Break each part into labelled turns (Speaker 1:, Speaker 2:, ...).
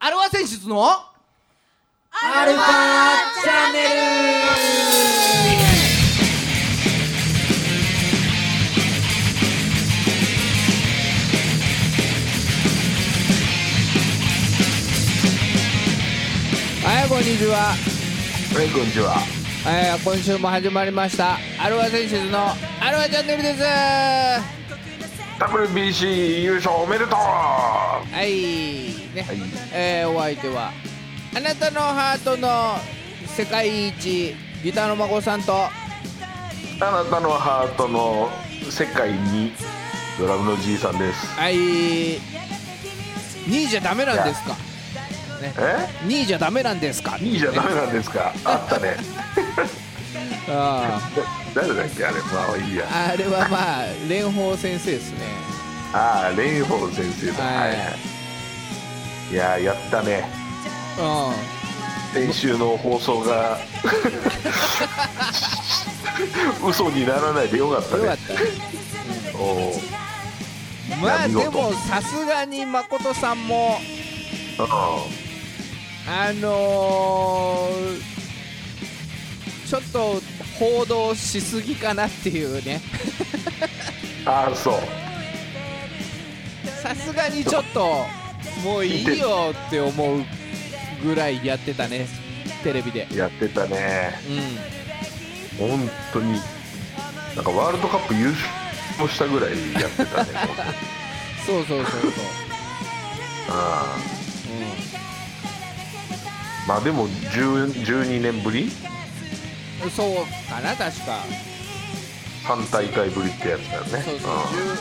Speaker 1: アルファ選出の
Speaker 2: アルファチャンネ
Speaker 1: はいこんにちは、
Speaker 3: はい、こんにちは。
Speaker 1: えー、今週も始まりましたアルファ選出のアルファチャンネルですは
Speaker 3: WBC 優勝おめでとう
Speaker 1: いね、
Speaker 3: はい
Speaker 1: えー、お相手はあなたのハートの世界一ギターの孫さんと
Speaker 3: あなたのハートの世界にドラムのじいさんです。
Speaker 1: はい2位じゃダメなんですか
Speaker 3: え
Speaker 1: 2位じゃダメなんですか
Speaker 3: ?2 位じゃダメなんですかあったね。
Speaker 1: あ
Speaker 3: だ 誰だっけあれ、まあいいや
Speaker 1: ー。あれはまあ蓮舫先生ですね
Speaker 3: ああ、蓮舫先生だ。
Speaker 1: は
Speaker 3: はいいはい。いやー、やったね。
Speaker 1: う
Speaker 3: 先週の放送 が嘘にならないでよかった
Speaker 1: んよかっ
Speaker 3: ね。
Speaker 1: た
Speaker 3: おー
Speaker 1: まあ
Speaker 3: 見
Speaker 1: で
Speaker 3: 事
Speaker 1: もさすがに誠さんも
Speaker 3: う
Speaker 1: あのーちょっと報道しすぎかなっていうね
Speaker 3: んああ、そう。
Speaker 1: さすがにちょっともういいよって思うぐらいやってたねテレビで
Speaker 3: やってたね。
Speaker 1: う
Speaker 3: 本当になんかワールドカップ優勝したぐらいやって たね本当に
Speaker 1: んそうそうそうそう
Speaker 3: あ
Speaker 1: う
Speaker 3: ーまあでも10 12年ぶり
Speaker 1: んそうかな確か
Speaker 3: 3大会ぶりってやつだよね
Speaker 1: そうそう
Speaker 3: うん
Speaker 1: 10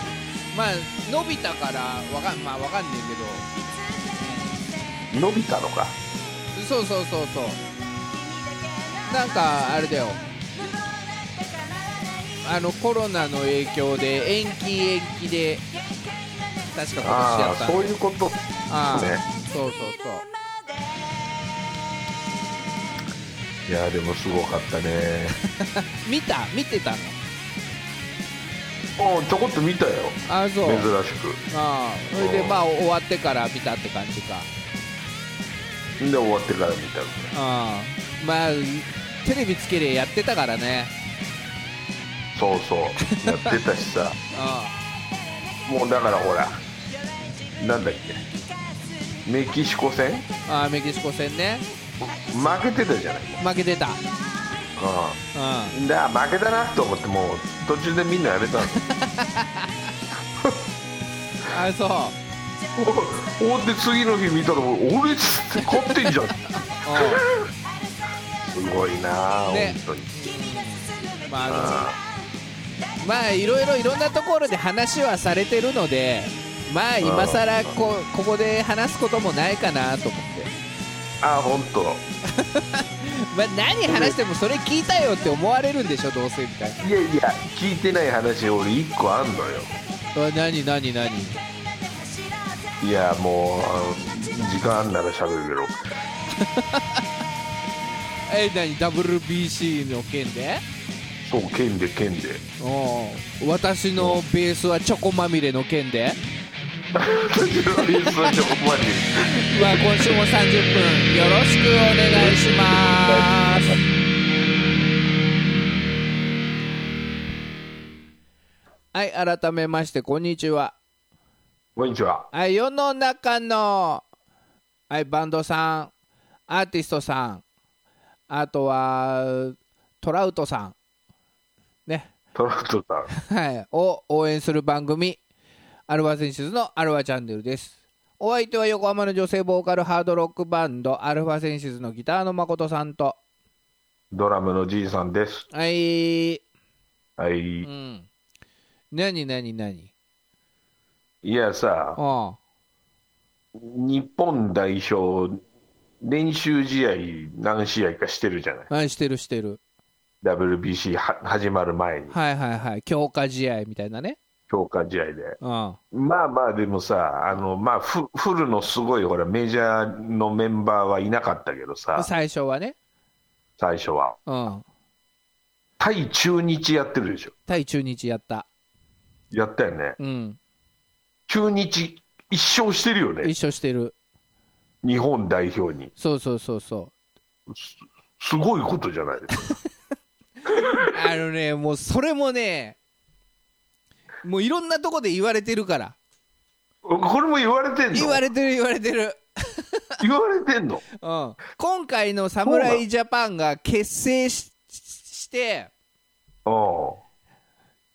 Speaker 1: まあ伸びたからわかんまあわかんねえけど
Speaker 3: 伸びたのか
Speaker 1: そうそうそうそうなんかあれだよあのコロナの影響で延期延期で確か今年や
Speaker 3: あ
Speaker 1: った
Speaker 3: あ
Speaker 1: んだ
Speaker 3: そういうこと
Speaker 1: あ
Speaker 3: ね
Speaker 1: あそうそうそう
Speaker 3: いやでもすごかった ね
Speaker 1: 見た見てたの
Speaker 3: おうちょこっと見たよ
Speaker 1: ああそ
Speaker 3: 珍
Speaker 1: う
Speaker 3: し
Speaker 1: ああそれでまあ終わってから見たって感じか
Speaker 3: くで終わってから見たのね
Speaker 1: ああまあテレビつけりゃやってたからね
Speaker 3: そうそうやってたし さ
Speaker 1: あ
Speaker 3: もうだからほらなんだっけメキシコ戦
Speaker 1: あああメキシコ戦ね
Speaker 3: 負けてたじゃない
Speaker 1: 負けてた
Speaker 3: うん
Speaker 1: う
Speaker 3: だ負けだなと思ってもう途中でみんなやめたの
Speaker 1: んああそう
Speaker 3: お終わって次の日見たら俺っつって勝ってんじゃん
Speaker 1: うん
Speaker 3: すごいなあ、
Speaker 1: ね
Speaker 3: 本当に
Speaker 1: まあ、
Speaker 3: あ
Speaker 1: まあいろいろいろんなところで話はされてるのでまあ今さらこここで話すこともないかなと思って、
Speaker 3: あ本当
Speaker 1: まあ、何話してもそれ聞いたよって思われるんでしょどうせみたいない
Speaker 3: やいや聞いてない話俺一個あんのよ
Speaker 1: あ何何何
Speaker 3: いやもうあの時間あんなら喋るけ
Speaker 1: え何 WBC の件で
Speaker 3: どそう剣で剣で
Speaker 1: おう私のベースはチョコまみれの件で
Speaker 3: 私のリスナーちょほんまに
Speaker 1: うわ今週も30分よろしくお願いしますはい改めましてこんにちは
Speaker 3: こんにちは
Speaker 1: はい世の中のはいバンドさんアーティストさんあとはトラウトさんね
Speaker 3: トラットさん
Speaker 1: はいを応援する番組アルファ選手のアルファチャンネルですお相手は横浜の女性ボーカルハードロックバンドアルファセンシズのギターの誠さんと
Speaker 3: ドラムのじいさんです
Speaker 1: はい
Speaker 3: はい、
Speaker 1: うん何何何
Speaker 3: いやさ
Speaker 1: あ
Speaker 3: 日本代表、練習試合何試合かしてるじゃない、
Speaker 1: あはいしてるしてる
Speaker 3: WBC は始まる前に、
Speaker 1: はいはいはい強化試合みたいなね
Speaker 3: 強化試合で。
Speaker 1: うん
Speaker 3: まあまあ、でもさ、あのまあ、フフルのすごいほらメジャーのメンバーはいなかったけどさ、
Speaker 1: 最初はね
Speaker 3: 最初は。
Speaker 1: うん
Speaker 3: 対中日やってるでしょ、
Speaker 1: 対中日やった
Speaker 3: やったよね、
Speaker 1: うん
Speaker 3: 中日、一勝してるよね、
Speaker 1: 一緒してる
Speaker 3: 日本代表に
Speaker 1: そうそうそうそう
Speaker 3: すごいことじゃないですか
Speaker 1: あのねもうそれもねもういろんなとこで言われてるから
Speaker 3: これも言われてんの
Speaker 1: 言われてる言われてる、
Speaker 3: 言われてんの
Speaker 1: うん、今回の侍ジャパンが結成ししして
Speaker 3: う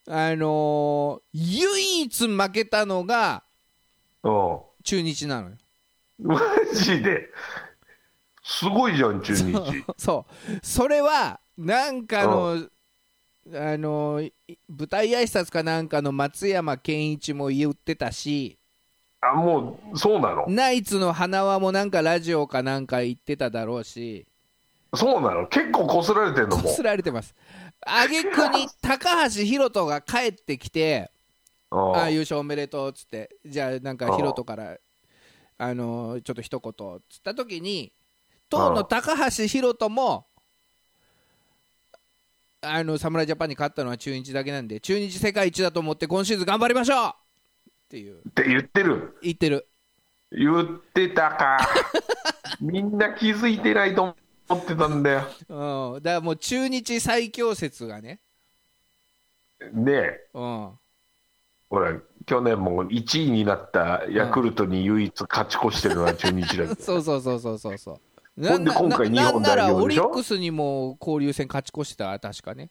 Speaker 1: あのー唯一負けたのが
Speaker 3: んうん
Speaker 1: 中日なのよ
Speaker 3: マジで。すごいじゃん、中日。
Speaker 1: そうそれはなんかの、あのい舞台挨拶かなんかの松山ケンイチも言ってたし
Speaker 3: あ、もう、そうなの。
Speaker 1: ナイツの花輪もなんかラジオかなんか言ってただろうし
Speaker 3: そうなの。結構こすられてんの
Speaker 1: こ
Speaker 3: も
Speaker 1: すられてます挙句に高橋宏斗が帰ってきて「
Speaker 3: う。
Speaker 1: ああ
Speaker 3: あ
Speaker 1: 優勝おめでとう」っつってじゃあなんか
Speaker 3: ああ
Speaker 1: 宏斗からあのちょっと一言っつった時に当の高橋宏斗もあの侍ジャパンに勝ったのは中日だけなんで中日世界一だと思って今シーズン頑張りましょうっていう
Speaker 3: って言ってる。
Speaker 1: 言ってる
Speaker 3: 言ってた か。みんな気づいてないと思ってたんだよ。
Speaker 1: うんだからもう中日最強説がね
Speaker 3: ねえ、
Speaker 1: うん
Speaker 3: ほら、去年も1位になったヤクルトに唯一勝ち越してるのは中日だけど。
Speaker 1: そうそうそうそうそうそう
Speaker 3: ほんで今回
Speaker 1: な
Speaker 3: 日
Speaker 1: ん
Speaker 3: 本
Speaker 1: な
Speaker 3: 代
Speaker 1: らオ
Speaker 3: 表
Speaker 1: リ
Speaker 3: でしょ
Speaker 1: ックスにも交流戦勝ち越してた確かね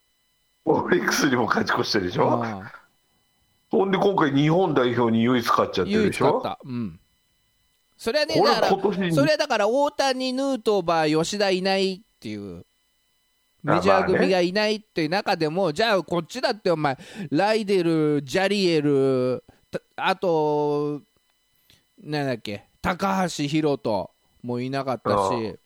Speaker 3: オリックスにも勝ち越してるでしょ。
Speaker 1: うん
Speaker 3: ほんで今回日本代表に唯一勝っちゃってる
Speaker 1: 唯
Speaker 3: で
Speaker 1: 一
Speaker 3: し
Speaker 1: 勝っ
Speaker 3: ょ。
Speaker 1: た、うん、それはね
Speaker 3: これ
Speaker 1: だから
Speaker 3: 今年
Speaker 1: それはだから大谷ヌートバー吉田いないっていう
Speaker 3: あ
Speaker 1: メジャー
Speaker 3: まあ
Speaker 1: 組
Speaker 3: ね
Speaker 1: がいないっていう中でも、じゃあこっちだってお前ライデルジャリエルたあとなんだっけ高橋宏斗もいなかったし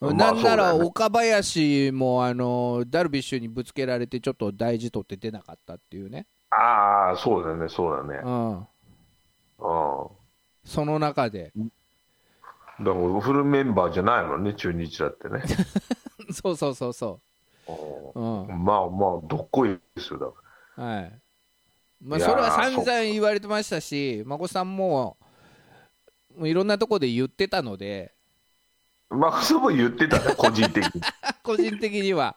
Speaker 3: ああ
Speaker 1: なんな
Speaker 3: まあ
Speaker 1: ら
Speaker 3: そうだよね
Speaker 1: 岡林もあのダルビッシュにぶつけられてちょっと大事取って出なかったっていうね、
Speaker 3: ああ、そうだね、そうだね。
Speaker 1: うん、
Speaker 3: うん
Speaker 1: その中で
Speaker 3: だからフルメンバーじゃないもんね、中日だってね。
Speaker 1: そうそうそうそ
Speaker 3: お
Speaker 1: う、うん
Speaker 3: ー、まあまあ、どっこいですよ、だか
Speaker 1: はい。まあ、
Speaker 3: いやー
Speaker 1: それは散々言われてましたし、孫さんも、もういろんなとこで言ってたので、
Speaker 3: ら。まあ、そうも言ってたね、 個人的に。
Speaker 1: 個人的には。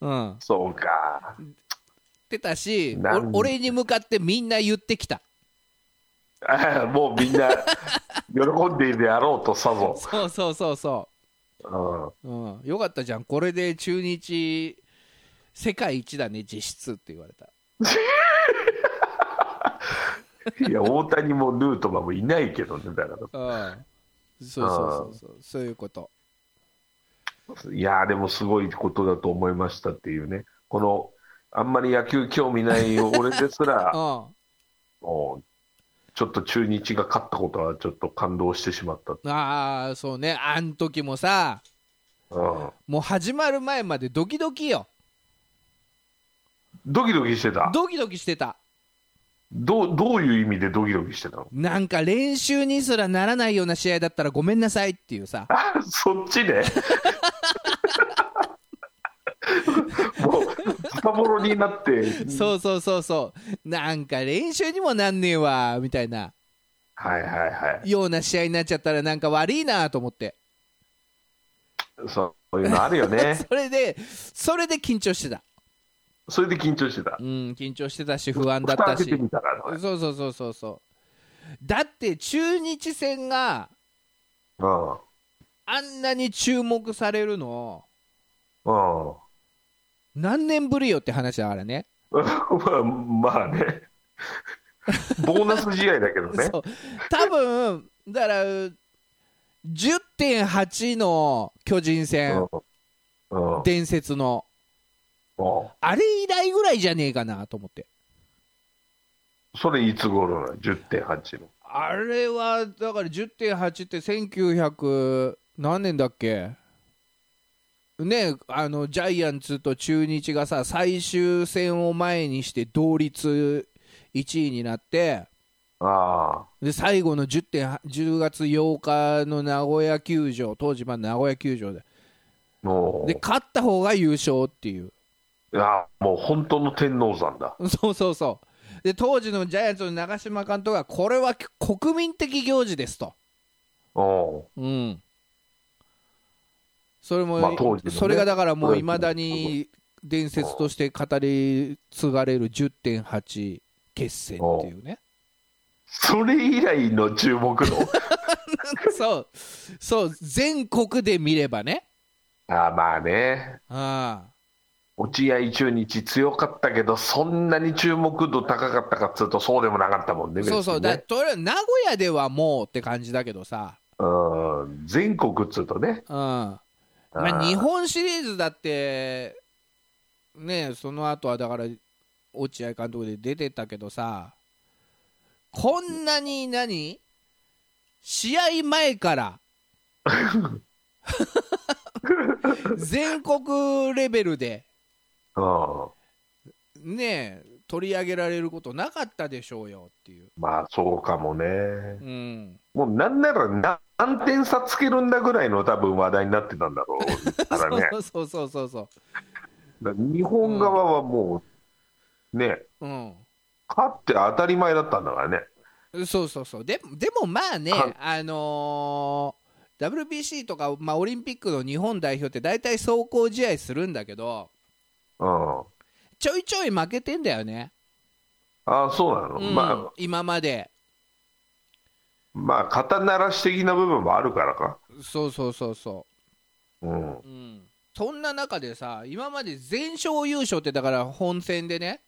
Speaker 1: うん。言っ
Speaker 3: そうか。
Speaker 1: てたし
Speaker 3: なん、
Speaker 1: お俺に向かってみんな言ってきた。
Speaker 3: ああもうみんな、喜んでいるであろうとさぞ。
Speaker 1: そうそうそうそ
Speaker 3: うん
Speaker 1: う。うん。よかったじゃん。これで中日、世界一だね、実質って言われた。
Speaker 3: いや、大谷もヌートバーもいないけどね、だ
Speaker 1: う
Speaker 3: か
Speaker 1: ん。そうそうそうそう。そういうこと。
Speaker 3: ら。いやー、でもすごいことだと思いましたっていうね。この、あんまり野球興味ない俺です
Speaker 1: う
Speaker 3: ら、
Speaker 1: ん。
Speaker 3: おちょっと中日が勝ったことはちょっと感動してしまった。
Speaker 1: ああ、そうね。あん時もさ、
Speaker 3: うん、
Speaker 1: もう始まる前までドキドキよ。
Speaker 3: ドキドキしてた。
Speaker 1: ドキドキしてた。
Speaker 3: どうどういう意味でドキドキしてたの
Speaker 1: なんか練習にすらならないような試合だったらごめんなさいっていうさ、
Speaker 3: そっちで もうズタボロになって
Speaker 1: そうそうそうそう、なんか練習にもなんねえわみたいな
Speaker 3: はいはいはい
Speaker 1: ような試合になっちゃったら、なんか悪いなと思って、
Speaker 3: そういうのある よね
Speaker 1: それで、それで緊張してた、
Speaker 3: それで緊張してた
Speaker 1: うん、緊張してたし、不安だっ
Speaker 3: 蓋
Speaker 1: た
Speaker 3: 開け
Speaker 1: し、
Speaker 3: てみたら
Speaker 1: そうそうそうそうそう、だって中日戦が
Speaker 3: うんうん
Speaker 1: あんなに注目されるの、
Speaker 3: ま
Speaker 1: 何年ぶりよって話だからね、
Speaker 3: あ まあねボーナス試合だけどね
Speaker 1: そう多分だから10.8の巨人戦、
Speaker 3: うんうん
Speaker 1: 伝説の
Speaker 3: うん
Speaker 1: あれ以来ぐらいじゃねえかなと思って
Speaker 3: それいつ頃なの10.8の
Speaker 1: あれはだから10.8って1900何年だっけねあのジャイアンツと中日がさ最終戦を前にして同率1位になって
Speaker 3: あ
Speaker 1: で最後の 10, 10月8日の名古屋球場当時まだ名古屋球場で
Speaker 3: あも
Speaker 1: で勝った方が優勝っていう
Speaker 3: うあもう本当の天王山だ
Speaker 1: そうそうそうで当時のジャイアンツの長嶋監督がこれは国民的行事ですと
Speaker 3: うん
Speaker 1: うん、それも、
Speaker 3: まあ当時のね
Speaker 1: それがだからもう
Speaker 3: プロ野球
Speaker 1: いまだに伝説として語り継がれる10.8決戦っていう ね、
Speaker 3: それ以来の注目の
Speaker 1: そうそう全国で見ればね
Speaker 3: あーまあね
Speaker 1: あ
Speaker 3: 落合中日強かったけどそんなに注目度高かったかっつうとそうでもなかったもんね
Speaker 1: あそうそう
Speaker 3: 別に
Speaker 1: だ
Speaker 3: ね
Speaker 1: とりあえず名古屋ではもうって感じだけどさ、
Speaker 3: うん全国っつうとね
Speaker 1: うんま
Speaker 3: あ
Speaker 1: あ、
Speaker 3: ー
Speaker 1: 日本シリーズだってねその後はだから落合監督で出てたけどさこんなに何試合前から全国レベルで
Speaker 3: うん
Speaker 1: ね取り上げられることなかったでしょうよっていう、
Speaker 3: まあそうかもね
Speaker 1: うん、
Speaker 3: もうなんならな何点差つけるんだぐらいの多分話題になってたんだ ろうからね
Speaker 1: そうそうそうそうそ
Speaker 3: だから日本側はもうね
Speaker 1: う、うん、
Speaker 3: 勝って当たり前だったんだからね
Speaker 1: そうそうそうででもまあね
Speaker 3: か、
Speaker 1: あのー WBC とか、まあ、オリンピックの日本代表って大体走行試合するんだけど
Speaker 3: うん
Speaker 1: ちょいちょい負けてんだよね、
Speaker 3: ああそうなの、
Speaker 1: うん
Speaker 3: ま
Speaker 1: 今まで
Speaker 3: あまあ肩慣らし的な部分もあるからか
Speaker 1: そうそうそうそ
Speaker 3: うん
Speaker 1: う、うん、そんな中でさ今まで全勝優勝ってだから本戦でね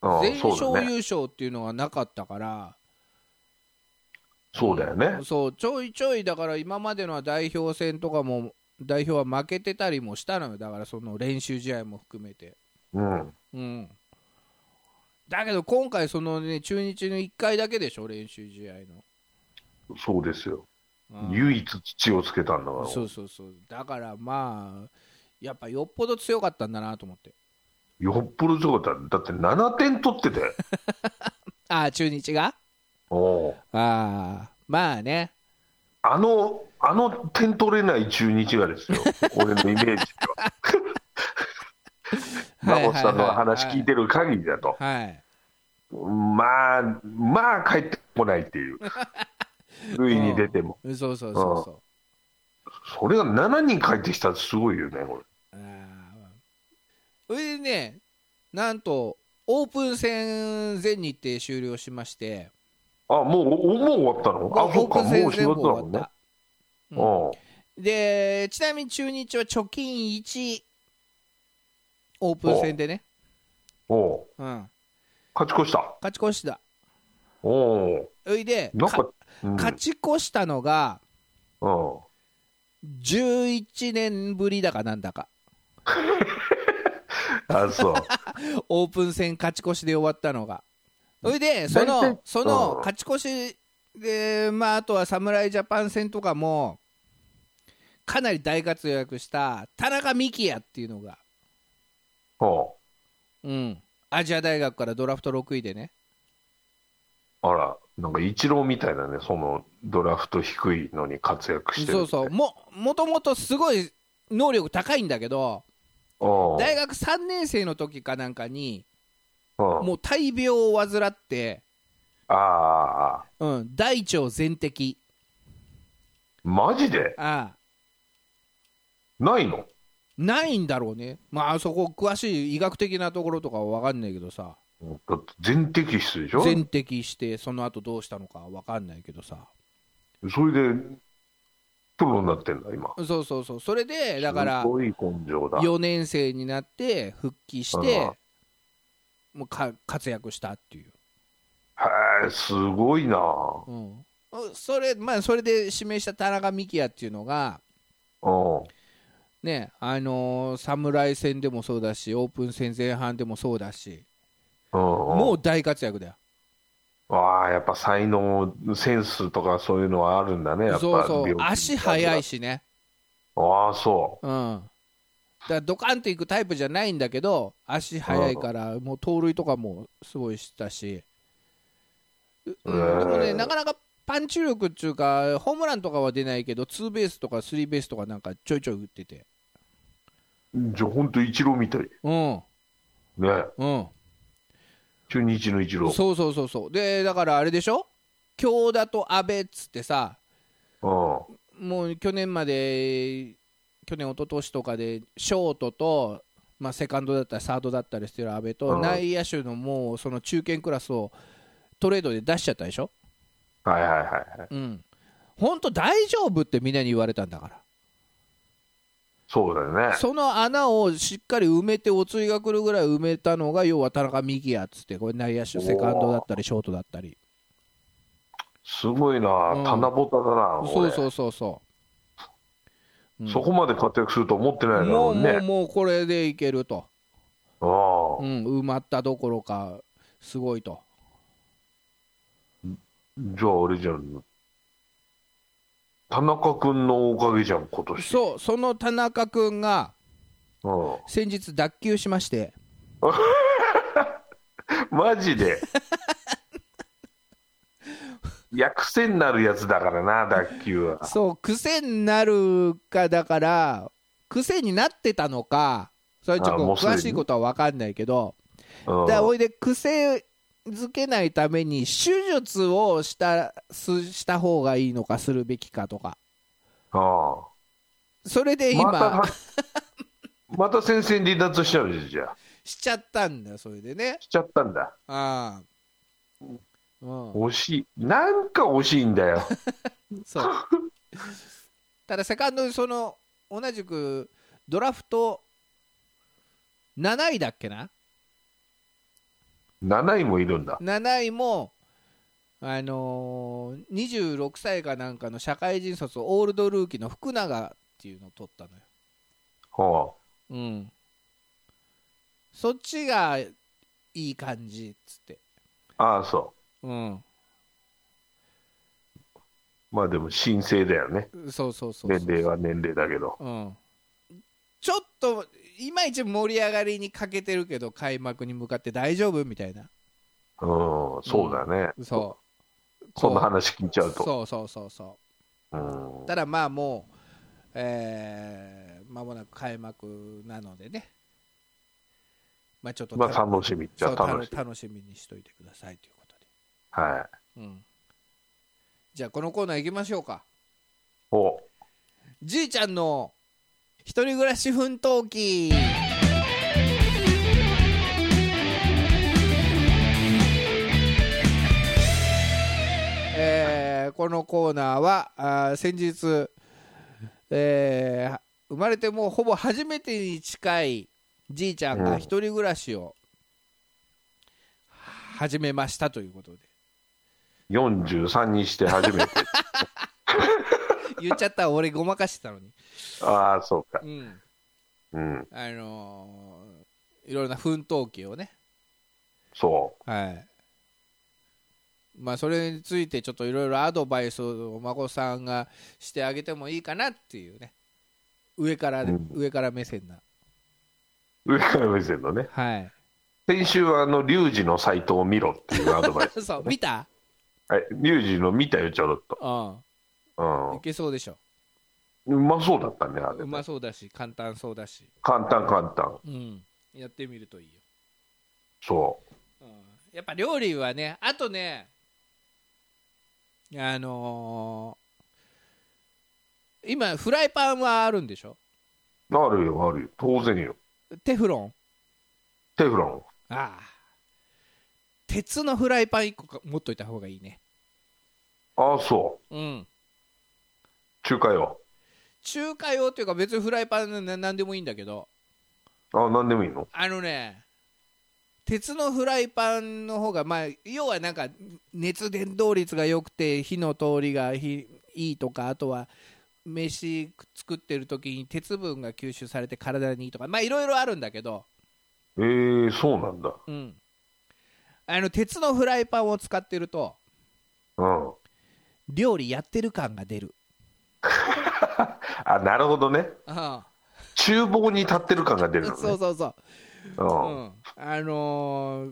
Speaker 3: ああ
Speaker 1: 全
Speaker 3: そうだ
Speaker 1: 勝
Speaker 3: ね
Speaker 1: 優勝っていうのがなかったから
Speaker 3: そうだよね
Speaker 1: そうちょいちょいだから今までのは代表戦とかも代表は負けてたりもしたのよだからその練習試合も含めて。
Speaker 3: うん
Speaker 1: うん、だけど今回、そのね中日の1回だけでしょ、練習試合の。
Speaker 3: そうですよ
Speaker 1: うん
Speaker 3: 唯一土をつけたんだから
Speaker 1: そうそうそう、だからまあ、やっぱよっぽど強かったんだなと思って、
Speaker 3: よっぽど強かっただって7点取ってて
Speaker 1: ああ、中日が
Speaker 3: おう
Speaker 1: ああ、まあね、
Speaker 3: あのあの点取れない中日がで すよ俺のイメージは
Speaker 1: はいはいはい
Speaker 3: 名越さんの話聞いてる限りだと、
Speaker 1: はい、
Speaker 3: まあまあ帰ってこないっ ていう塁に出ても
Speaker 1: うんそうそうそうそう。
Speaker 3: それが7人帰ってきたらすごいよねこれ
Speaker 1: あーそれでね、なんと、オープン戦全日程終了しまして、
Speaker 3: あ、もう、おもう終わったのあ、そっか、もう4月だもんね。
Speaker 1: 部終
Speaker 3: うん
Speaker 1: でちなみに中日は貯金1オープン戦でね、
Speaker 3: おう
Speaker 1: うん、
Speaker 3: 勝ち越した。
Speaker 1: 勝ち越した
Speaker 3: おう
Speaker 1: おいで
Speaker 3: なん
Speaker 1: か
Speaker 3: か、うん、
Speaker 1: 勝ち越したのが
Speaker 3: うん
Speaker 1: 11年ぶりだかなんだか
Speaker 3: あ、そう。
Speaker 1: オープン戦勝ち越しで終わったのがおいでそ
Speaker 3: 大体
Speaker 1: のその
Speaker 3: うん
Speaker 1: 勝ち越しで、まあ、あとは侍ジャパン戦とかもかなり大活躍した田中幹也っていうのが、
Speaker 3: お
Speaker 1: うん、アジア大学からドラフト6位でね
Speaker 3: あら、なんか、イチローみたいだね、その、ドラフト低いのに活躍してる
Speaker 1: そうそ
Speaker 3: って。
Speaker 1: うももともとすごい能力高いんだけど
Speaker 3: おう。
Speaker 1: 大学3年生の時かなんかに
Speaker 3: うん
Speaker 1: もう大病を患って、
Speaker 3: あああ、
Speaker 1: うん、大腸全摘
Speaker 3: マジで
Speaker 1: ああ
Speaker 3: ないの
Speaker 1: ないんだろうねまあそこ詳しい医学的なところとかは分かんないけどさ
Speaker 3: だって全摘出でしょ
Speaker 1: 全摘してその後どうしたのかは分かんないけどさ
Speaker 3: それで、プロになってんだ、今。
Speaker 1: そうそうそうそれでだから
Speaker 3: すごい根性だ。
Speaker 1: 4年生になって復帰して
Speaker 3: あ
Speaker 1: もうか活躍したっていう
Speaker 3: へえ、すごいな。
Speaker 1: うん、それまあそれで指名した田中幹也っていうのが
Speaker 3: うん。
Speaker 1: ねあのー侍戦でもそうだしオープン戦前半でもそうだし
Speaker 3: も
Speaker 1: もう大活躍だよ
Speaker 3: ああ、やっぱ才能、センスとかそういうのはあるんだね、やっぱ
Speaker 1: そうそう
Speaker 3: 病気
Speaker 1: 足速いしね
Speaker 3: ああ、そ
Speaker 1: うんだからドカンといくタイプじゃないんだけど足速いからもう盗塁とかもすごいしたし、ううんでも
Speaker 3: へえ
Speaker 1: ねなかなかパンチ力っていうかホームランとかは出ないけどツーベースとかスリーベースとかなんかちょいちょい打ってて
Speaker 3: う。じゃあ、ほんと、イチローみたい。
Speaker 1: うん
Speaker 3: ね。
Speaker 1: うん
Speaker 3: 中日のイチロー。
Speaker 1: そうそうそうそうでだからあれでしょ京田と阿部っつってさ
Speaker 3: うん
Speaker 1: もう去年まで去年一昨年とかでショートと、まあ、セカンドだったりサードだったりしてる阿部と、
Speaker 3: うん
Speaker 1: 内野手のもうその中堅クラスをトレードで出しちゃったでしょ、
Speaker 3: はいはいはいはい。
Speaker 1: うん、本当大丈夫ってみんなに言われたんだから。
Speaker 3: そうだよね。
Speaker 1: その穴をしっかり埋めてお釣りが来るぐらい埋めたのが要は田中幹也っつってこれ内野手セカンドだったりショートだったり
Speaker 3: すごいな
Speaker 1: うん、
Speaker 3: 棚ぼただな、こ
Speaker 1: そう
Speaker 3: れ
Speaker 1: そうそうそう、うん
Speaker 3: そこまで活躍すると思ってないだ
Speaker 1: もう
Speaker 3: ろう
Speaker 1: もう
Speaker 3: ね。
Speaker 1: もうこれでいけると、う
Speaker 3: ああ
Speaker 1: ん、埋まったどころかすごいと
Speaker 3: じゃあ、あれじゃん。田中君のおかげじゃん、今年。
Speaker 1: そうその田中君が
Speaker 3: うん
Speaker 1: 先日脱臼しまして
Speaker 3: マ ジで。いや、癖になるやつだからな、脱臼は。
Speaker 1: そう癖になるかだから癖になってたのかそれちょっ
Speaker 3: あ
Speaker 1: と
Speaker 3: もうすでに
Speaker 1: 詳しいことは分かんないけど
Speaker 3: うん
Speaker 1: だおいで癖づけないために手術をしたすした方がいいのかするべきかとか
Speaker 3: あ
Speaker 1: それで
Speaker 3: あ
Speaker 1: 今、
Speaker 3: また、また先生に離脱しちゃうじゃんじゃあ。
Speaker 1: しちゃったんだよそれでね
Speaker 3: しちゃったんだ。
Speaker 1: ああうん
Speaker 3: 惜しい。なんか惜しいんだよ。
Speaker 1: そうただセカンドにその同じくドラフト7位だっけな
Speaker 3: 7位もいるんだ。
Speaker 1: 7位もあのー、26歳かなんかの社会人卒オールドルーキーの福永っていうのを取ったのよ
Speaker 3: は
Speaker 1: うん、そっちがいい感じっつって、
Speaker 3: あ、ああ、そ
Speaker 1: うん、
Speaker 3: う。まあでも、新生だよね。
Speaker 1: そうそうそうそう
Speaker 3: 年齢は年齢だけど。
Speaker 1: うん、ちょっといまいち盛り上がりに欠けてるけど開幕に向かって大丈夫みたいな
Speaker 3: うん、そうだね。
Speaker 1: そう
Speaker 3: そんな
Speaker 1: こ
Speaker 3: 話聞いうちゃうと。、
Speaker 1: そうそうそうそううんただまあもうえー、間もなく開幕なのでねまあちょっと
Speaker 3: まあ、
Speaker 1: た
Speaker 3: 楽しみっちゃ
Speaker 1: そうた
Speaker 3: 楽しみ。
Speaker 1: 楽しみにしといてくださいということで
Speaker 3: はい。
Speaker 1: うん、じゃあこのコーナー行きましょうか
Speaker 3: お
Speaker 1: じいちゃんの一人暮らし奮闘記えーこのコーナーはあー先日、えー生まれてもうほぼ初めてに近いじいちゃん
Speaker 3: う
Speaker 1: が
Speaker 3: ん
Speaker 1: 一人暮らしを始めましたということで
Speaker 3: 43にして初 めて。
Speaker 1: 言っちゃったら俺ごまかしてたのに、
Speaker 3: ああ、そうか。
Speaker 1: うん、
Speaker 3: うん、
Speaker 1: あのーいろいろな奮闘記をね、
Speaker 3: そ
Speaker 1: はいまあ、それについてちょっといろいろアドバイスをお孫さんがしてあげてもいいかなっていうね上から、
Speaker 3: うん
Speaker 1: 上から目線な
Speaker 3: う。上から目線のね。
Speaker 1: はい
Speaker 3: 先週は、あの、リュウジのサイトを見ろっていうアドバ イス。
Speaker 1: そう見た
Speaker 3: はい、リュウジの見たよ、ちょろっ
Speaker 1: うんい
Speaker 3: と。
Speaker 1: けそうでしょ
Speaker 3: うん。うまそうだったね、あれ
Speaker 1: う。まそうだし簡単そうだし、
Speaker 3: 簡単、簡単。
Speaker 1: うん、やってみるといいよ、
Speaker 3: そ
Speaker 1: うん、やっぱ料理はねあとねあのー今フライパンはあるんでしょ
Speaker 3: う。あるよ、あるよ。当然よ。
Speaker 1: テフロン
Speaker 3: テフロ
Speaker 1: ああ鉄のフライパン1個か持っといた方がいいね
Speaker 3: ン。ああ、そう。
Speaker 1: うん
Speaker 3: 中華よ。
Speaker 1: 中華用っていうか別にフライパンななんでもいいんだけど
Speaker 3: ああ、なんでもいいの
Speaker 1: あのね鉄のフライパンの方がまあ要はなんか熱伝導率が良くて火の通りがひいいとかあとは飯作ってる時に鉄分が吸収されて体にいいとかまあいろいろあるんだけど、
Speaker 3: えー、そうなんだ。
Speaker 1: うん、あの鉄のフライパンを使ってると
Speaker 3: うん。
Speaker 1: 料理やってる感が出る。
Speaker 3: あ、なるほどね。
Speaker 1: ああ
Speaker 3: 厨房に立ってる感が出るのね。
Speaker 1: そうそうそう、
Speaker 3: う。
Speaker 1: うんん、あの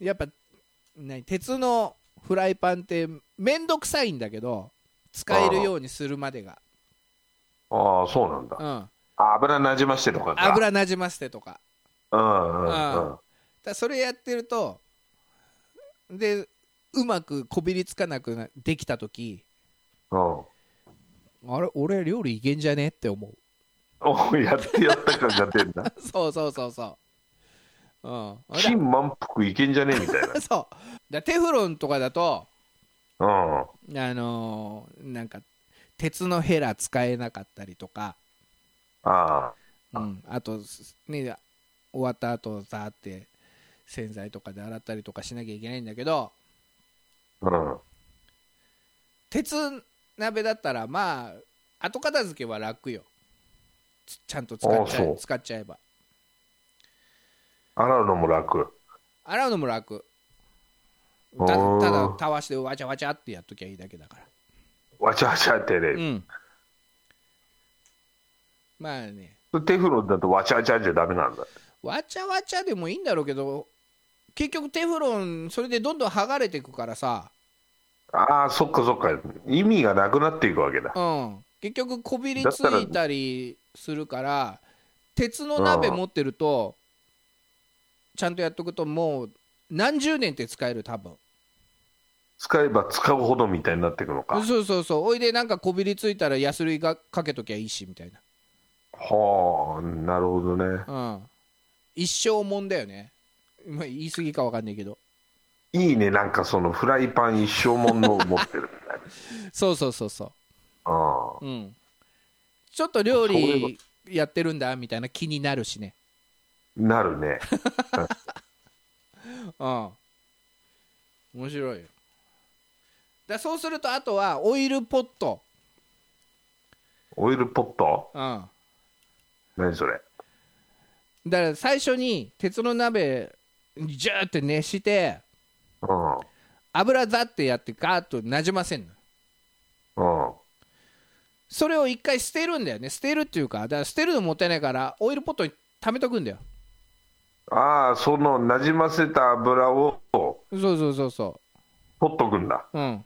Speaker 1: ーやっぱ何鉄のフライパンって面倒くさいんだけど使えるようにするまでが、
Speaker 3: ああ、そうなんだ
Speaker 1: う。ん、
Speaker 3: あ油なじましてとかか。
Speaker 1: 油なじませてとか
Speaker 3: うんうん
Speaker 1: う
Speaker 3: うんん。
Speaker 1: だそれやってるとでうまくこびりつかなくなできた時
Speaker 3: うん
Speaker 1: あれ俺料理いけんじゃねって思う
Speaker 3: おうやってやった感が出 んな
Speaker 1: そうそうそうそううんあ
Speaker 3: 金満腹いけんじゃねえみたい
Speaker 1: だそうだテフロンとかだと
Speaker 3: なうん
Speaker 1: あのーなんか鉄のヘラ使えなかったりとか、
Speaker 3: あ
Speaker 1: うん、あとね終わった後ザーって洗剤とかで洗ったりとかしなきゃいけないんだけど
Speaker 3: あうん
Speaker 1: 鉄鍋だったらまあ後片付けは楽よつちゃんと使っちゃ
Speaker 3: ああそ
Speaker 1: え
Speaker 3: う
Speaker 1: 使っちゃえば
Speaker 3: 洗うのも楽
Speaker 1: 洗うのも楽た
Speaker 3: あ
Speaker 1: た
Speaker 3: あ
Speaker 1: だたわしてわちゃわちゃってやっときゃいいだけだから
Speaker 3: わちゃわちゃって
Speaker 1: う
Speaker 3: ね、
Speaker 1: んまあね
Speaker 3: テフロンだとわちゃわちゃじゃダメなんだ
Speaker 1: わちゃわちゃでもいいんだろうけど結局テフロンそれでどんどん剥がれていくからさ、
Speaker 3: ああそっかそっか意味がなくなっていくわけだ
Speaker 1: うん、結局こびり
Speaker 3: だっ
Speaker 1: つ
Speaker 3: たら
Speaker 1: いたりするから鉄の鍋持ってるとちゃんとやっとくともう何十年って使える多分
Speaker 3: 使えば使うほどみたいになっていくのか
Speaker 1: そうそうそうおいでなんかこびりついたらヤスリがかけときゃいいしみたい
Speaker 3: はあなるほどね
Speaker 1: な、うん、一生もんだよね、まあ、言い過ぎか分かんないけど
Speaker 3: いいねなんかそのフライパン一生もんのを持ってるみたいな
Speaker 1: そうそうそうそう
Speaker 3: あ
Speaker 1: うん、ちょっと料
Speaker 3: そうい
Speaker 1: 理やってるんだみたいな気になるしね、
Speaker 3: あなるね
Speaker 1: うん、面白いよだそうするとあとはオイルポット、
Speaker 3: オイルポット
Speaker 1: うん、
Speaker 3: 何それ
Speaker 1: だから最初に鉄の鍋ジューって熱して
Speaker 3: うん
Speaker 1: 油ざってやってガーッとなじませんの
Speaker 3: うん
Speaker 1: それを一回捨てるんだよね捨てるっていうかだから捨てるのもったいないからオイルポットに溜めとくんだよ
Speaker 3: ああそのなじませた油を
Speaker 1: そうそうそうそう
Speaker 3: 取っとくんだ
Speaker 1: うん、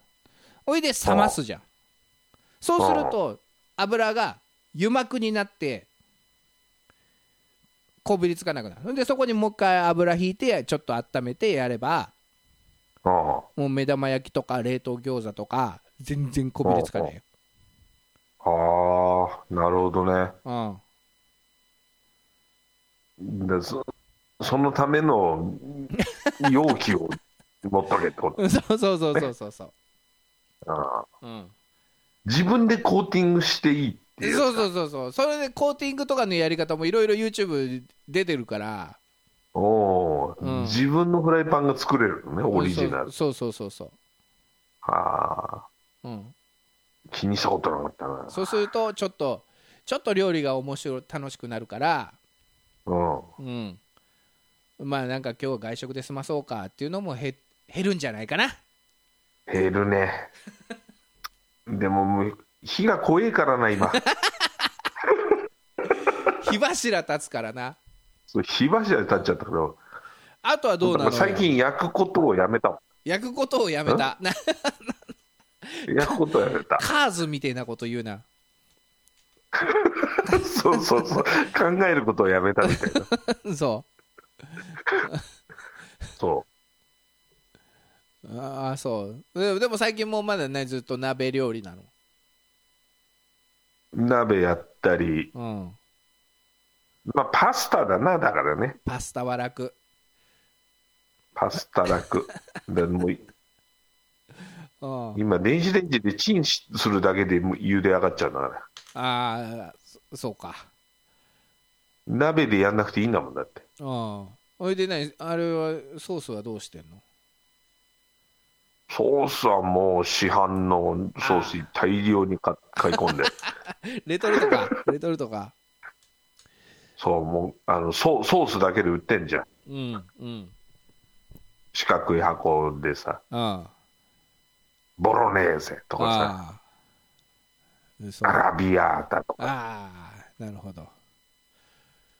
Speaker 1: おいで冷ますじゃんそうすると油が油膜になってこびりつかなくなるんでそこにもう一回油引いてちょっと温めてやれば
Speaker 3: うんは
Speaker 1: もう目玉焼きとか冷凍餃子とか全然こびりつかないよ、
Speaker 3: あなるほどね
Speaker 1: うん、
Speaker 3: でそそのための容器を持っとけってこと
Speaker 1: そうそうそうそうそうそう
Speaker 3: ああ
Speaker 1: うん
Speaker 3: 自分でコーティングしていいっていう
Speaker 1: そうそうそうそうそれでコーティングとかのやり方もいろいろ YouTube 出てるから
Speaker 3: おおー、
Speaker 1: うん
Speaker 3: 自分のフライパンが作れるのねオリジナル
Speaker 1: そうそうそうそう
Speaker 3: ああ
Speaker 1: そう、うん、
Speaker 3: 気にしたことなかったな
Speaker 1: そうするとちょっとちょっと料理が面白い楽しくなるから
Speaker 3: うん
Speaker 1: うんまあなんか今日は外食で済まそうかっていうのもへ減るんじゃないかな
Speaker 3: 減る ねでももう火が怖えから な今
Speaker 1: 火柱立つからな
Speaker 3: そう火柱で立っちゃったけど
Speaker 1: あとはどうな
Speaker 3: だ
Speaker 1: の
Speaker 3: から最近焼くことをやめたも
Speaker 1: 焼くことをやめたなん
Speaker 3: 焼くことを やめた
Speaker 1: カーズみたいなこと言うな
Speaker 3: そうそうそう考えることをやめたみたいな
Speaker 1: そ
Speaker 3: そう
Speaker 1: ああそうででも最近もうまだねずっと鍋料理なの
Speaker 3: う鍋やったり
Speaker 1: うん
Speaker 3: まあパスタだなだからね
Speaker 1: パスタは楽
Speaker 3: パスタ楽でもう
Speaker 1: うん
Speaker 3: 今電子レンジでチンしするだけでもう茹で上がっちゃうんだから
Speaker 1: ああそそうか
Speaker 3: 鍋でやんなくていいんだもんだって
Speaker 1: うんおいで何あれはソースはどうしてんの
Speaker 3: ソースはもう市販のソースに大量に買買い込 んで
Speaker 1: レトルトかレトルトか
Speaker 3: そうもうあのソソースだけで売ってんじゃん
Speaker 1: うんうん
Speaker 3: 四角い箱でさ
Speaker 1: あ
Speaker 3: ボロネーゼと
Speaker 1: あ
Speaker 3: かさ
Speaker 1: ああ嘘
Speaker 3: ア
Speaker 1: あ
Speaker 3: ラビアータとか
Speaker 1: あなるほど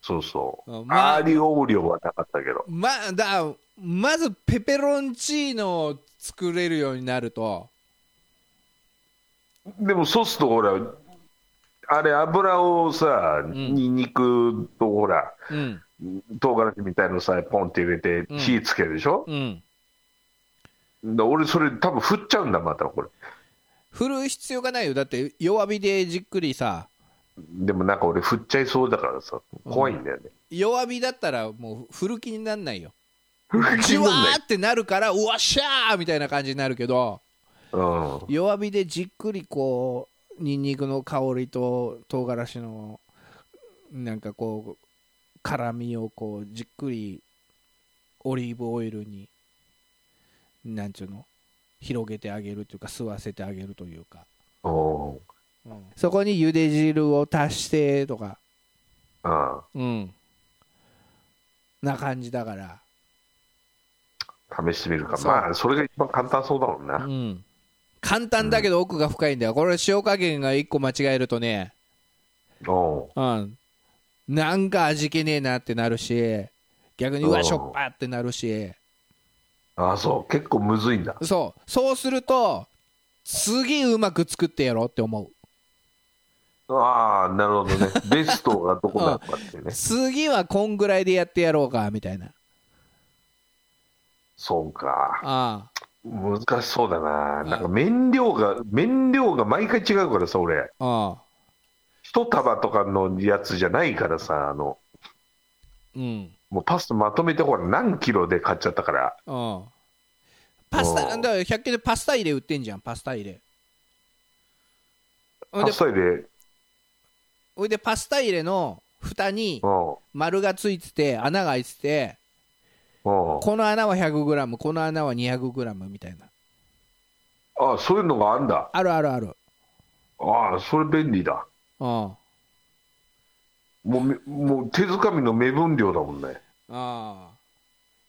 Speaker 3: そうそう
Speaker 1: あ
Speaker 3: ア
Speaker 1: まあ
Speaker 3: ーリオーリオはなかったけど
Speaker 1: まだまずペペロンチーノを作れるようになると
Speaker 3: でもそうするとほらあれ油をさ
Speaker 1: ん
Speaker 3: ニンニクとほら
Speaker 1: うん
Speaker 3: 唐辛子みたいのさポンって入れて
Speaker 1: うん
Speaker 3: 火つけるでしょ、
Speaker 1: うん
Speaker 3: だ俺それ多分振っちゃうんだまたこれ
Speaker 1: 振る必要がないよだって弱火でじっくりさ
Speaker 3: でもなんか俺振っちゃいそうだからさ怖いんだよね、
Speaker 1: 弱火だったらもう振る気になんないよ
Speaker 3: 振る気
Speaker 1: じ
Speaker 3: に
Speaker 1: わ
Speaker 3: なんない
Speaker 1: ーってなるからうわっしゃーみたいな感じになるけど
Speaker 3: うん
Speaker 1: 弱火でじっくりこうにんにくの香りと唐辛子のなんかこう辛みをこうじっくりオリーブオイルになんちゅうの広げてあげるというか吸わせてあげるというか、
Speaker 3: おー
Speaker 1: そこにゆで汁を足してとか
Speaker 3: あ
Speaker 1: うんな感じだから
Speaker 3: あ試してみるか
Speaker 1: そう
Speaker 3: まあそれが一番簡単そうだもんな、
Speaker 1: うん簡単だけど奥が深いんだよこれ塩加減が1個間違えるとね
Speaker 3: おう
Speaker 1: うん、なんか味気ねえなってなるし逆にう
Speaker 3: う
Speaker 1: わ
Speaker 3: ん
Speaker 1: しょっぱってなるし
Speaker 3: ああそう結構むずいんだ
Speaker 1: そうそうすると次うまく作ってやろうって思う
Speaker 3: ああなる ほどねベストがどこなのかってね
Speaker 1: 次はこんぐらいでやってやろうかみたいな
Speaker 3: そうか
Speaker 1: あ
Speaker 3: 難しそうだななんか麺量が麺量が毎回違うからさ俺
Speaker 1: あああ
Speaker 3: 一束とかのやつじゃないからさあの
Speaker 1: うん
Speaker 3: もうパスタまとめてほら何キロで買っちゃったから
Speaker 1: うんパスタ
Speaker 3: うん
Speaker 1: だから100均でパスタ入れ売ってんじゃんパスタ入れほい
Speaker 3: パ
Speaker 1: で
Speaker 3: スタ入れ
Speaker 1: ほいでパスタ入れの蓋に
Speaker 3: うん
Speaker 1: 丸がついてて穴が開いてて
Speaker 3: う
Speaker 1: こ
Speaker 3: ん
Speaker 1: の穴は 100g この穴は 200g みたいな
Speaker 3: ああそういうのがあんだ
Speaker 1: あるあるある
Speaker 3: ああそれ便利だ
Speaker 1: うん
Speaker 3: もうめもう手づかみの目分量だもんね
Speaker 1: ああ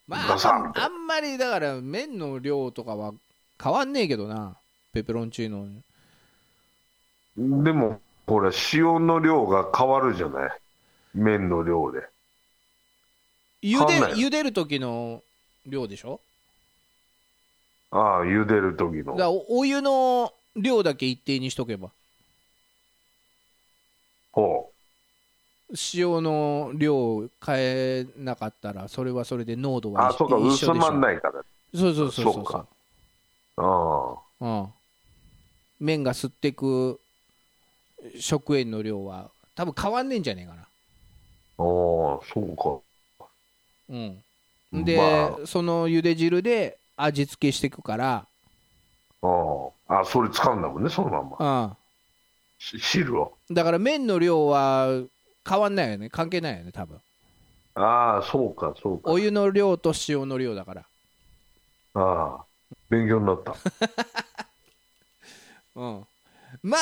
Speaker 1: まあ
Speaker 3: ガサ
Speaker 1: あ
Speaker 3: ン
Speaker 1: んあんまりだから麺の量とかは変わんねえけどなペペロンチーノ
Speaker 3: でもほら塩の量が変わるじゃない麺の量で
Speaker 1: ゆ
Speaker 3: 変わん
Speaker 1: で
Speaker 3: ない
Speaker 1: 茹でる時の量でしょ
Speaker 3: ああ茹でる時
Speaker 1: だ
Speaker 3: の
Speaker 1: からおお湯の量だけ一定にしとけば
Speaker 3: ほ
Speaker 1: 塩の量を変えなかったらそれはそれで濃度
Speaker 3: う
Speaker 1: は
Speaker 3: あ
Speaker 1: 一
Speaker 3: あそうか
Speaker 1: 一緒でし
Speaker 3: 薄まん
Speaker 1: ょ
Speaker 3: ないから
Speaker 1: そうそうそうそう
Speaker 3: そう
Speaker 1: そ
Speaker 3: か
Speaker 1: う
Speaker 3: あ
Speaker 1: うん、麺が吸ってく食塩の量は多分変わんねえんじゃねえかな
Speaker 3: あああそうか
Speaker 1: うん、で、
Speaker 3: ま
Speaker 1: そのゆで汁で味付けしていくから、
Speaker 3: あああそれ使うんだもんねそのまんま
Speaker 1: うん、
Speaker 3: し汁を
Speaker 1: だから麺の量は変わんないよね関係ないよね多分
Speaker 3: ああそうかそうか
Speaker 1: お湯の量と塩の量だから、
Speaker 3: ああ勉強になった
Speaker 1: うん、まあ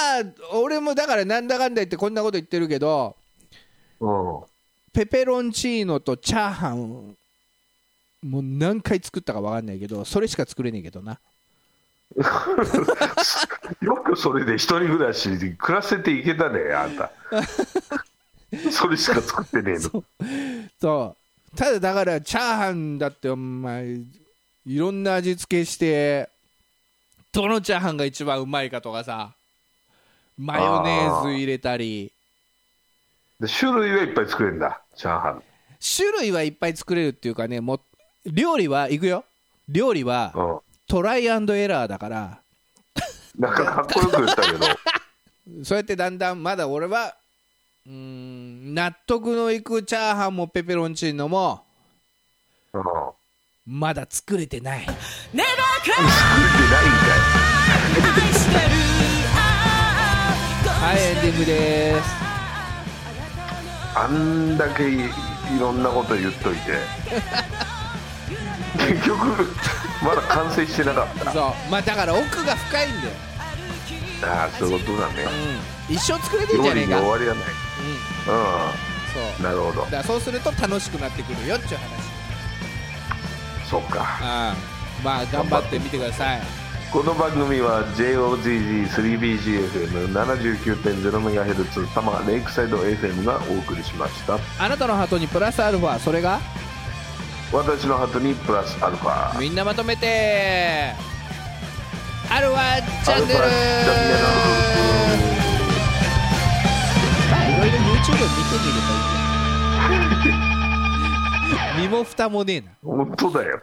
Speaker 1: 俺もだからなんだかんだ言ってこんなこと言ってるけど
Speaker 3: うん
Speaker 1: ペペロンチーノとチャーハンもう何回作ったか分かんないけどそれしか作れねえけどな
Speaker 3: よくそれで一人暮らしで暮らせていけたねあん たそれしか作ってねえの
Speaker 1: そうただだからチャーハンだってお前いろんな味付けしてどのチャーハンが一番うまいかとかさマヨネーズ入れたり
Speaker 3: で種類はいっぱい作れるんだチャーハン
Speaker 1: 種類はいっぱい作れるっていうかねもう料理はいくよ料理は
Speaker 3: う
Speaker 1: トライアンドエラーだから
Speaker 3: んなんかかっこよく言っ たけど
Speaker 1: そうやってだんだんまだ俺はうーん納得のいくチャーハンもペペロンチーノも
Speaker 3: うん作
Speaker 1: まだ作れてない
Speaker 2: ネバーク
Speaker 3: ってないんかい
Speaker 2: 愛してるあ
Speaker 1: はいエンディングでーす
Speaker 3: あんだけいいろんなこと言っとい て結局まだ完成してなかった
Speaker 1: そうまあだから奥が深いんだよ
Speaker 3: ああそういうことだね
Speaker 1: 一生作れてんじゃね
Speaker 3: 料理
Speaker 1: え
Speaker 3: に
Speaker 1: か
Speaker 3: 終
Speaker 1: うん
Speaker 3: わりはないうん
Speaker 1: そう
Speaker 3: なるほど
Speaker 1: だからそうすると楽しくなってくるよっちゅう
Speaker 3: そうか
Speaker 1: 話うんまあ頑張ってみてください
Speaker 3: この番組は JOGG3BGFM79.0MHz 多摩レイクサイド FM がお送りしました
Speaker 1: あなたのハートにプラスアルファそれが
Speaker 3: 私のハートにプラスアルファ
Speaker 1: みんなまとめてアルファチャンネル
Speaker 3: アルファチャンネル
Speaker 1: まあいろいろ YouTube を見てみ ればいいよ身も蓋もねえな
Speaker 3: 本当だよ